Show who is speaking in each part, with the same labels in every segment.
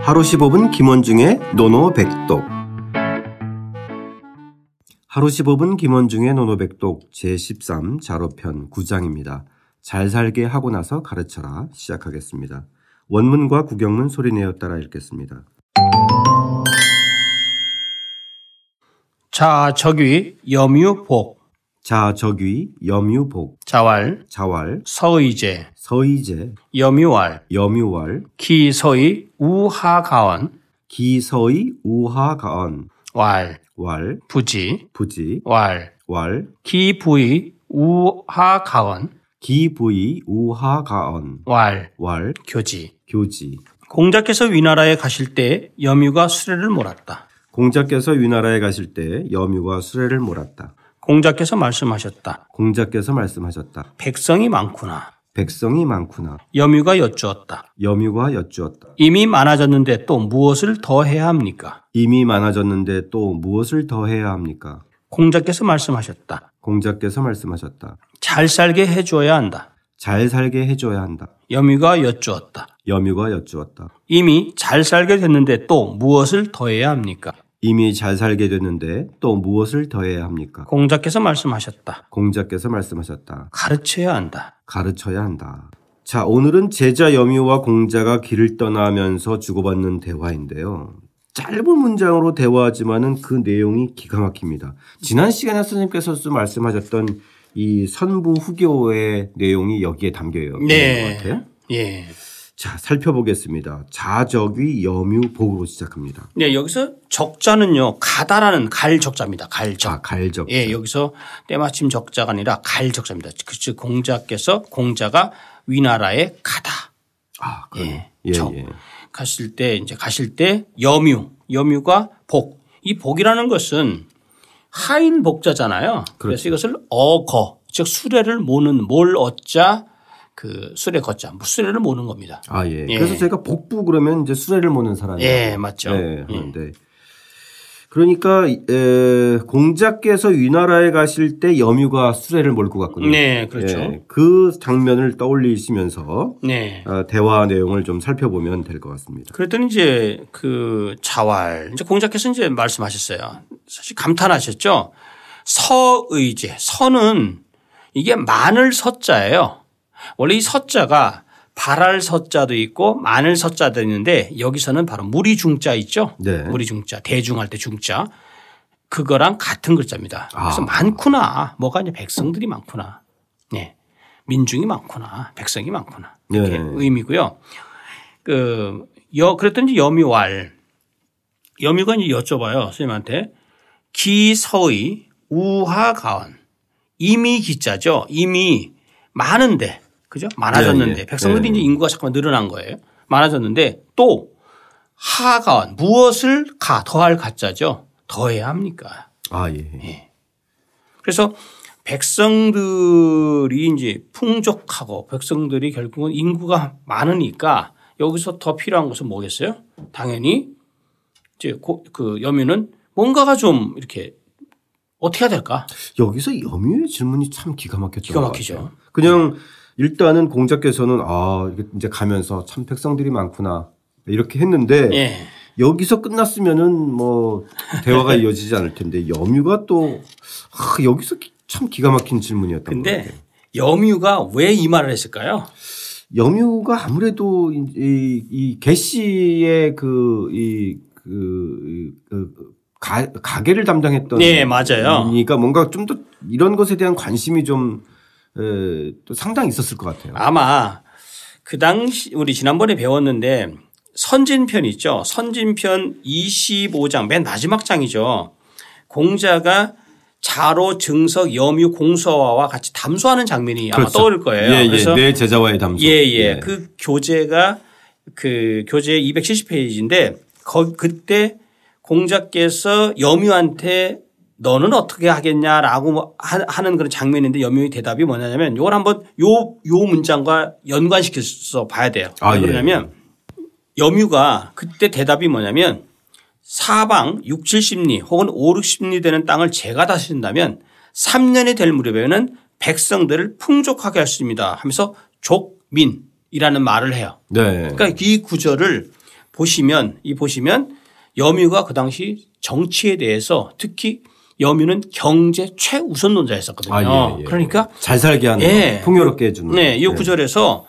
Speaker 1: 하루 15분 김원중의 노노백독 하루 15분 김원중의 노노백독 제13 자로편 9장입니다. 잘 살게 하고 나서 가르쳐라 시작하겠습니다. 원문과 구경문 소리내어 따라 읽겠습니다.
Speaker 2: 자, 적위, 염유복,
Speaker 1: 자, 적위, 염유복,
Speaker 2: 자왈,
Speaker 1: 자왈,
Speaker 2: 서의제,
Speaker 1: 서이제,
Speaker 2: 염유왈,
Speaker 1: 염유왈,
Speaker 2: 기서의 우하가원,
Speaker 1: 기서의 우하가언,
Speaker 2: 왈,
Speaker 1: 왈,
Speaker 2: 부지,
Speaker 1: 부지,
Speaker 2: 왈,
Speaker 1: 왈,
Speaker 2: 기부의 우하가원,
Speaker 1: 기부의 우하가언,
Speaker 2: 왈,
Speaker 1: 왈,
Speaker 2: 교지.
Speaker 1: 교지.
Speaker 2: 공자께서 위나라에 가실 때 염유가 수레를 몰았다.
Speaker 1: 공자께서 위나라에 가실 때 여미와 수레를 몰았다.
Speaker 2: 공자께서 말씀하셨다.
Speaker 1: 공자께서 말씀하셨다.
Speaker 2: 백성이 많구나.
Speaker 1: 백성이 많구나.
Speaker 2: 염유가 여쭈었다.
Speaker 1: 여미가 여쭈었다.
Speaker 2: 이미 많아졌는데 또 무엇을 더 해야 합니까?
Speaker 1: 이미 많아졌는데 또 무엇을 더 해야 합니까?
Speaker 2: 공자께서 말씀하셨다.
Speaker 1: 공자께서 말씀하셨다.
Speaker 2: 잘 살게 해줘야 한다.
Speaker 1: 잘 살게 해줘야 한다.
Speaker 2: 여미가 여쭈었다.
Speaker 1: 여미가 여쭈었다.
Speaker 2: 이미 잘 살게 됐는데 또 무엇을 더해야 합니까?
Speaker 1: 이미 잘 살게 됐는데 또 무엇을 더 해야 합니까?
Speaker 2: 공자께서 말씀하셨다.
Speaker 1: 공자께서 말씀하셨다.
Speaker 2: 가르쳐야 한다.
Speaker 1: 가르쳐야 한다. 자, 오늘은 제자 여미와 공자가 길을 떠나면서 주고받는 대화인데요. 짧은 문장으로 대화하지만은 그 내용이 기가 막힙니다. 지난 시간에 선생님께서 좀 말씀하셨던 이 선부 후교의 내용이 여기에 담겨 있는
Speaker 2: 네.
Speaker 1: 것 같아요.
Speaker 2: 예.
Speaker 1: 자, 살펴보겠습니다. 자적위 여묘복으로 시작합니다.
Speaker 2: 네, 여기서 적자는요, 가다라는 갈 적자입니다. 갈 적.
Speaker 1: 자, 아, 갈적.
Speaker 2: 예, 여기서 때마침 적자가 아니라 갈 적자입니다. 그, 즉, 공자께서, 공자가 위나라에 가다.
Speaker 1: 아, 그래.
Speaker 2: 예,
Speaker 1: 예,
Speaker 2: 적.
Speaker 1: 예.
Speaker 2: 갔을 때, 이제 가실 때 여뮤. 여뮤가 복. 이 복이라는 것은 하인 복자잖아요. 그래서
Speaker 1: 그렇죠.
Speaker 2: 이것을 어거, 즉 수레를 모는 뭘 얻자 그 수레 걷자, 수레를 모는 겁니다.
Speaker 1: 아, 예.
Speaker 2: 예.
Speaker 1: 그래서 제가 복부 그러면 이제 수레를 모는 사람이에요.
Speaker 2: 예, 맞죠.
Speaker 1: 네,
Speaker 2: 예.
Speaker 1: 하는데 그러니까 에, 공자께서 위나라에 가실 때 여뮤가 수레를 몰고 갔군요.
Speaker 2: 네, 그렇죠.
Speaker 1: 예, 그 장면을 떠올리시면서
Speaker 2: 네.
Speaker 1: 어, 대화 내용을 좀 살펴보면 될 것 같습니다.
Speaker 2: 그랬더니 이제 그 자활 이제 공자께서 이제 말씀하셨어요. 사실 감탄하셨죠. 서의제 서는 이게 마늘 서자예요. 원래 이 서자가 발할 서자도 있고 마늘 서자도 있는데 여기서는 바로 무리 중자 있죠.
Speaker 1: 네.
Speaker 2: 무리 중자 대중할 때 중자 그거랑 같은 글자입니다. 그래서
Speaker 1: 아.
Speaker 2: 많구나 뭐가 이제 백성들이 많구나. 네. 민중이 많구나 백성이 많구나 이렇게
Speaker 1: 네.
Speaker 2: 의미고요. 그, 여, 그랬더니 여미왈. 여미가 이제 여쭤봐요. 선생님한테. 기서의 우하가원. 이미 기자죠. 이미 많은데. 그죠? 많아졌는데.
Speaker 1: 예, 예.
Speaker 2: 백성들이
Speaker 1: 예.
Speaker 2: 이제 인구가 잠깐 늘어난 거예요. 많아졌는데 또 하가원. 무엇을 가, 더할 가짜죠. 더해야 합니까?
Speaker 1: 아 예.
Speaker 2: 그래서 백성들이 이제 풍족하고 백성들이 결국은 인구가 많으니까 여기서 더 필요한 것은 뭐겠어요? 당연히 이제 고- 그 여민은 뭔가가 좀 이렇게 어떻게 해야 될까?
Speaker 1: 여기서 여뮤의 질문이 참 기가 막혔죠.
Speaker 2: 기가 막히죠.
Speaker 1: 그냥 일단은 공자께서는 아 이제 가면서 참 백성들이 많구나 이렇게 했는데
Speaker 2: 예.
Speaker 1: 여기서 끝났으면은 뭐 대화가 이어지지 않을 텐데 여뮤가 또 아, 여기서 기- 참 기가 막힌 질문이었던 것
Speaker 2: 근데
Speaker 1: 같아요.
Speaker 2: 여미유가 왜 이 말을 했을까요?
Speaker 1: 여뮤가 아무래도 이- 이, 이 개씨의 그이그 그, 그 가, 가게를 담당했던
Speaker 2: 네, 맞아요.
Speaker 1: 그러니까 뭔가 좀 더 이런 것에 대한 관심이 좀 또 상당히 있었을 것 같아요.
Speaker 2: 아마 그 당시 우리 지난번에 배웠는데 선진편 있죠. 선진편 25장 맨 마지막 장이죠. 공자가 자로 증석 여뮤 공서와와 같이 담소하는 장면이 아마
Speaker 1: 그렇죠.
Speaker 2: 떠오를 거예요.
Speaker 1: 예, 예.
Speaker 2: 그래서
Speaker 1: 내 제자와의 담소. 네.
Speaker 2: 예예 그 교재가 그 교재 270페이지인데 거, 그때 공자께서 여뮤한테 너는 어떻게 하겠냐라고 뭐 하- 하는 그런 장면인데 여뮤의 대답이 뭐냐면 이걸 한번 요 요 문장과 연관시켜서 봐야 돼요.
Speaker 1: 아,
Speaker 2: 왜
Speaker 1: 예.
Speaker 2: 그러냐면 여뮤가 그때 대답이 뭐냐면 사방 6, 70리 혹은 5, 60리 되는 땅을 제가 다스린다면 3년이 될 무렵에는 백성들을 풍족하게 할 수 있습니다 하면서 족민이라는 말을 해요.
Speaker 1: 네.
Speaker 2: 그러니까 이 구절을 보시면 이 보시면 여미가 그 당시 정치에 대해서 특히 여미는 경제 최우선 논자였었거든요.
Speaker 1: 아, 예, 예.
Speaker 2: 그러니까
Speaker 1: 잘 살게 하는
Speaker 2: 예.
Speaker 1: 거, 풍요롭게 해주는
Speaker 2: 네, 이
Speaker 1: 거.
Speaker 2: 구절에서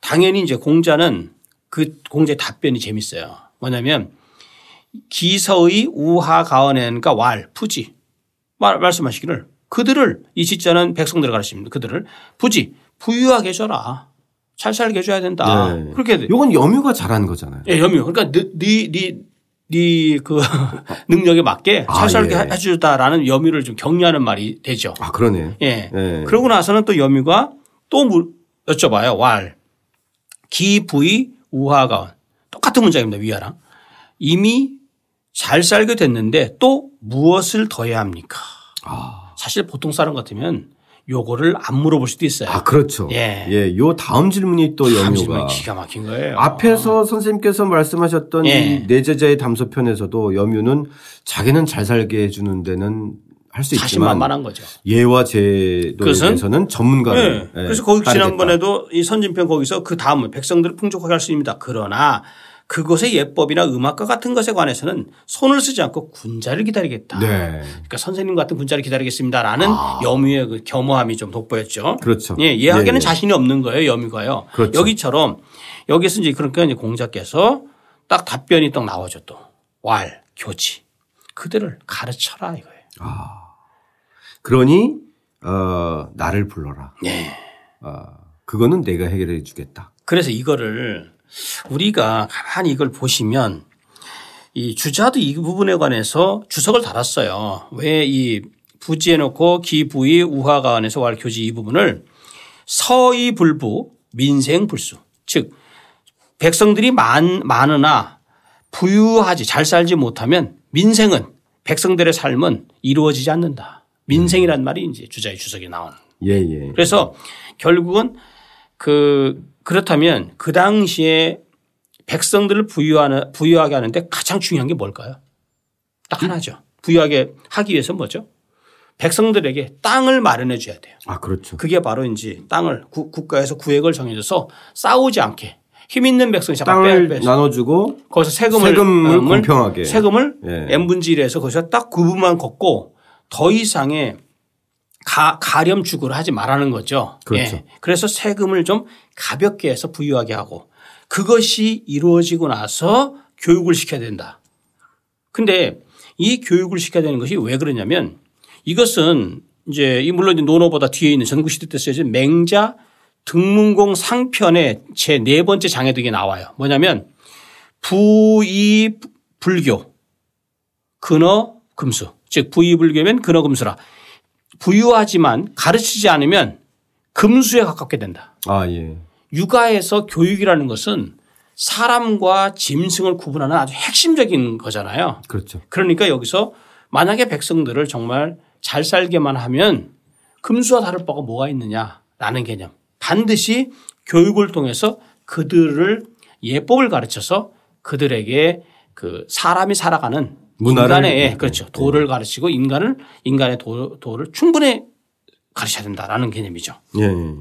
Speaker 2: 당연히 이제 공자는 그 공자의 답변이 재밌어요. 뭐냐면 기서의 우하 가언엔과 왈 푸지 말, 말씀하시기를 그들을 이 지자는 백성들을 가르칩니다. 그들을 부지 부유하게 해줘라. 잘 살게 해줘야 된다.
Speaker 1: 네.
Speaker 2: 그렇게 돼.
Speaker 1: 요건 여미가 잘한 거잖아요.
Speaker 2: 예, 여미. 그러니까 네네그 능력에 맞게
Speaker 1: 아,
Speaker 2: 잘 살게
Speaker 1: 예.
Speaker 2: 해주다라는 여미를 좀 격려하는 말이 되죠.
Speaker 1: 아 그러네.
Speaker 2: 예.
Speaker 1: 예.
Speaker 2: 그러고 나서는 또 여미가 또 물- 여쭤봐요. 왈. 기부의 우하가운. 똑같은 문장입니다. 위아랑. 이미 잘 살게 됐는데 또 무엇을 더 해야 합니까?
Speaker 1: 아,
Speaker 2: 사실 보통 사람 같으면 요거를 안 물어볼 수도 있어요.
Speaker 1: 아, 그렇죠.
Speaker 2: 예.
Speaker 1: 예, 요 다음 질문이 또
Speaker 2: 참
Speaker 1: 여미가
Speaker 2: 질문이 기가 막힌 거예요.
Speaker 1: 앞에서 선생님께서 말씀하셨던
Speaker 2: 예.
Speaker 1: 이 내제자의 담소편에서도 여유는 자기는 잘 살게 해주는 데는 할 수
Speaker 2: 사실
Speaker 1: 있지만
Speaker 2: 만만한 거죠.
Speaker 1: 예와 제도에
Speaker 2: 그것은?
Speaker 1: 대해서는 전문가를
Speaker 2: 예.
Speaker 1: 예,
Speaker 2: 그래서 거기
Speaker 1: 따르겠다.
Speaker 2: 지난번에도 이 선진편 거기서 그 다음은 백성들을 풍족하게 할 수 있습니다. 그러나 그것의 예법이나 음악과 같은 것에 관해서는 손을 쓰지 않고 군자를 기다리겠다.
Speaker 1: 네. 아.
Speaker 2: 그러니까 선생님 같은 분자를 기다리겠습니다라는 여미의 그 겸허함이 좀 돋보였죠.
Speaker 1: 그렇죠.
Speaker 2: 예, 예학에는
Speaker 1: 예, 예.
Speaker 2: 자신이 없는 거예요, 여미가요.
Speaker 1: 그렇죠.
Speaker 2: 여기처럼 여기서 이제 그러니까 이제 공자께서 딱 답변이 딱 나와죠 또. 왈, 교지. 그들을 가르쳐라 이거예요.
Speaker 1: 그러니 어, 나를 불러라.
Speaker 2: 예.
Speaker 1: 어, 그거는 내가 해결해 주겠다.
Speaker 2: 그래서 이거를 우리가 가만히 이걸 보시면 이 주자도 이 부분에 관해서 주석을 달았어요. 왜 이 부지해놓고 기부의 우화관에서 왈교지 이 부분을 서의 불부 민생 불수 즉 백성들이 많, 많으나 부유하지 잘 살지 못하면 민생은 백성들의 삶은 이루어지지 않는다. 민생이란 말이 이제 주자의 주석에 나오는
Speaker 1: 예, 예.
Speaker 2: 그래서 결국은 그 그렇다면 그 당시에 백성들을 부유하는 부유하게 하는데 가장 중요한 게 뭘까요? 딱 하나죠. 부유하게 하기 위해서 뭐죠? 백성들에게 땅을 마련해 줘야 돼요.
Speaker 1: 아, 그렇죠.
Speaker 2: 그게 바로 이제 땅을 구- 국가에서 구획을 정해줘서 싸우지 않게 힘 있는 백성이 잠깐
Speaker 1: 땅을
Speaker 2: 빼, 빼.
Speaker 1: 나눠주고
Speaker 2: 거기서 세금을
Speaker 1: 세금을
Speaker 2: 세금을-
Speaker 1: 공평하게.
Speaker 2: 세금을
Speaker 1: 예.
Speaker 2: n 분의 1에서 거기서 딱 구분만 걷고 더 이상의 가, 가렴 주구를 하지 말라는 거죠. 예.
Speaker 1: 그렇죠.
Speaker 2: 그래서 세금을 좀 가볍게 해서 부유하게 하고 그것이 이루어지고 나서 교육을 시켜야 된다. 근데 이 교육을 시켜야 되는 것이 왜 그러냐면 이것은 이제 이 물론 이제 논어보다 뒤에 있는 전국시대 때 쓰여진 맹자 등문공 상편의 제 네 번째 장에 되게 나와요. 뭐냐면 부이 불교 근어 금수 즉 부이 불교면 근어 금수라 부유하지만 가르치지 않으면 금수에 가깝게 된다.
Speaker 1: 아, 예.
Speaker 2: 육아에서 교육이라는 것은 사람과 짐승을 구분하는 아주 핵심적인 거잖아요.
Speaker 1: 그렇죠.
Speaker 2: 그러니까 여기서 만약에 백성들을 정말 잘 살게만 하면 금수와 다를 바가 뭐가 있느냐라는 개념. 반드시 교육을 통해서 그들을 예법을 가르쳐서 그들에게 그 사람이 살아가는
Speaker 1: 문화를 네.
Speaker 2: 인간의 예, 그렇죠 도를 가르치고 인간을 인간의 도, 도를 충분히 가르쳐야 된다라는 개념이죠.
Speaker 1: 예, 예.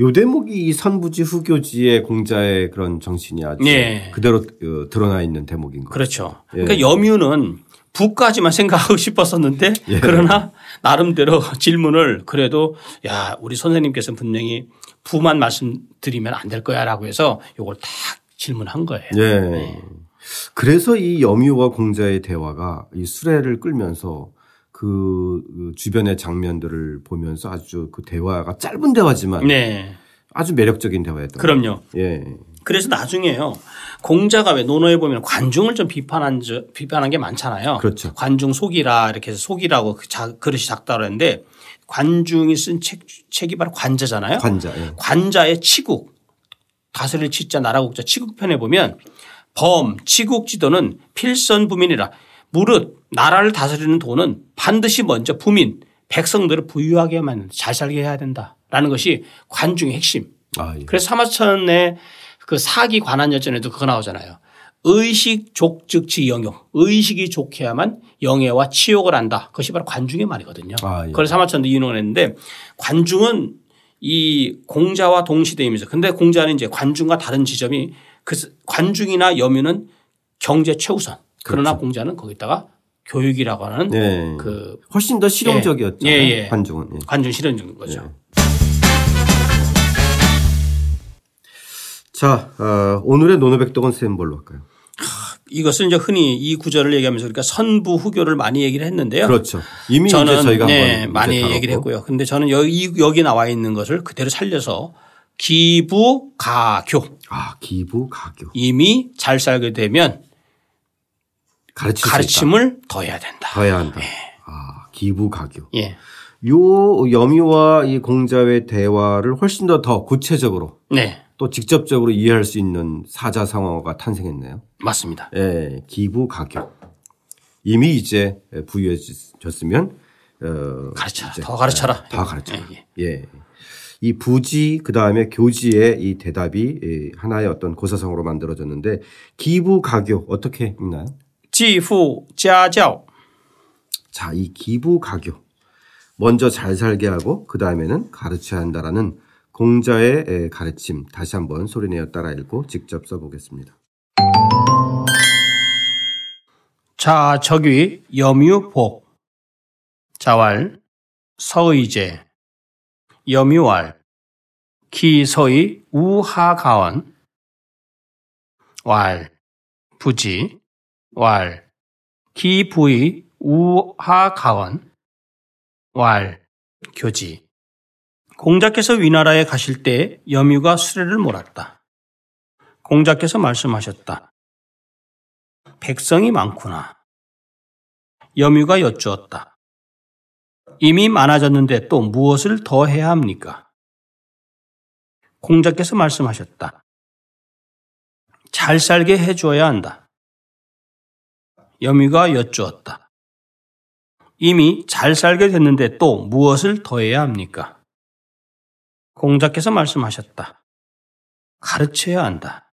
Speaker 1: 요 대목이 이 선부지 후교지의 공자의 그런 정신이 아주
Speaker 2: 예.
Speaker 1: 그대로 어, 드러나 있는 대목인 거.
Speaker 2: 그렇죠.
Speaker 1: 예.
Speaker 2: 그러니까 여미우는 부까지만 생각하고 싶었었는데
Speaker 1: 예.
Speaker 2: 그러나 나름대로 질문을 그래도 야 우리 선생님께서 는 분명히 부만 말씀드리면 안 될 거야라고 해서 이걸 딱 질문한 거예요.
Speaker 1: 예.
Speaker 2: 네.
Speaker 1: 그래서 이 여미와 공자의 대화가 이 수레를 끌면서 그 주변의 장면들을 보면서 아주 그 대화가 짧은 대화지만
Speaker 2: 네,
Speaker 1: 아주 매력적인 대화였던.
Speaker 2: 그럼요.
Speaker 1: 거예요. 예.
Speaker 2: 그래서 나중에요 공자가 왜 논어에 보면 관중을 좀 비판한 저- 비판한 게 많잖아요.
Speaker 1: 그렇죠.
Speaker 2: 관중 속이라 이렇게 해서 속이라고 그 자- 그릇이 작다고 했는데 관중이 쓴 책 책이 바로 관자잖아요.
Speaker 1: 관자. 예.
Speaker 2: 관자의 치국 다스릴 치자 나라국자 치국편에 보면 범 치국지도는 필선 부민이라 무릇 나라를 다스리는 도는 반드시 먼저 부민 백성들을 부유하게만 잘 살게 해야 된다라는 것이 관중의 핵심.
Speaker 1: 아, 예.
Speaker 2: 그래서 사마천의 그 사기 관한 여전에도 그거 나오잖아요. 의식 족즉지 영용. 의식이 좋게야만 영예와 치욕을 한다. 그것이 바로 관중의 말이거든요.
Speaker 1: 아, 예.
Speaker 2: 그걸 사마천도 인용을 했는데 관중은 이 공자와 동시대이면서 근데 공자는 이제 관중과 다른 지점이 그 관중이나 여민은 경제 최우선. 그러나 공자는 거기다가 교육이라고 하는
Speaker 1: 그렇죠. 네.
Speaker 2: 그
Speaker 1: 훨씬 더 실용적이었죠.
Speaker 2: 예, 예.
Speaker 1: 관중은. 예.
Speaker 2: 관중 실현 적인 거죠.
Speaker 1: 자, 어, 오늘의 노노백독은 쌤 뭘로 할까요?
Speaker 2: 이것은 이제 흔히 이 구절을 얘기하면서 그러니까 선부 후교를 많이 얘기를 했는데요.
Speaker 1: 그렇죠. 이미 이제
Speaker 2: 저는
Speaker 1: 저희가
Speaker 2: 네,
Speaker 1: 한번
Speaker 2: 많이
Speaker 1: 이제 다뤘고.
Speaker 2: 얘기를 했고요. 근데 저는 여기 여기 나와 있는 것을 그대로 살려서 기부 가교
Speaker 1: 아, 기부 가교.
Speaker 2: 이미 잘 살게 되면
Speaker 1: 가르칠 수 있다.
Speaker 2: 가르침을 네. 더해야 된다.
Speaker 1: 더야 한다. 아, 기부 가교.
Speaker 2: 예.
Speaker 1: 요 여미와 이 공자의 대화를 훨씬 더 더 구체적으로
Speaker 2: 네.
Speaker 1: 또 직접적으로 이해할 수 있는 사자성어가 탄생했네요.
Speaker 2: 맞습니다.
Speaker 1: 예, 기부 가교. 이미 이제 부유해졌으면 어,
Speaker 2: 가르쳐라.
Speaker 1: 이제
Speaker 2: 더 가르쳐라.
Speaker 1: 더 가르쳐라.
Speaker 2: 예, 예.
Speaker 1: 예. 이 부지 그다음에 교지의 이 대답이 예, 하나의 어떤 고사성으로 만들어졌는데 기부 가교 어떻게 읽나요?
Speaker 2: 지후 자教
Speaker 1: 자, 이 기부 가교. 먼저 잘 살게 하고 그 다음에는 가르쳐야 한다라는 공자의 에, 가르침 다시 한번 소리내어 따라 읽고 직접 써보겠습니다.
Speaker 2: 자적위 염유복 자왈 서의제 염유왈 기서의 우하가원 왈 부지 왈 기부의 우하가원 왈 교지 공자께서 위나라에 가실 때 염유가 수레를 몰았다. 공자께서 말씀하셨다. 백성이 많구나. 여미가 여쭈었다. 이미 많아졌는데 또 무엇을 더 해야 합니까? 공자께서 말씀하셨다. 잘 살게 해주어야 한다. 여미가 여쭈었다. 이미 잘 살게 됐는데 또 무엇을 더 해야 합니까? 공자께서 말씀하셨다. 가르쳐야 한다.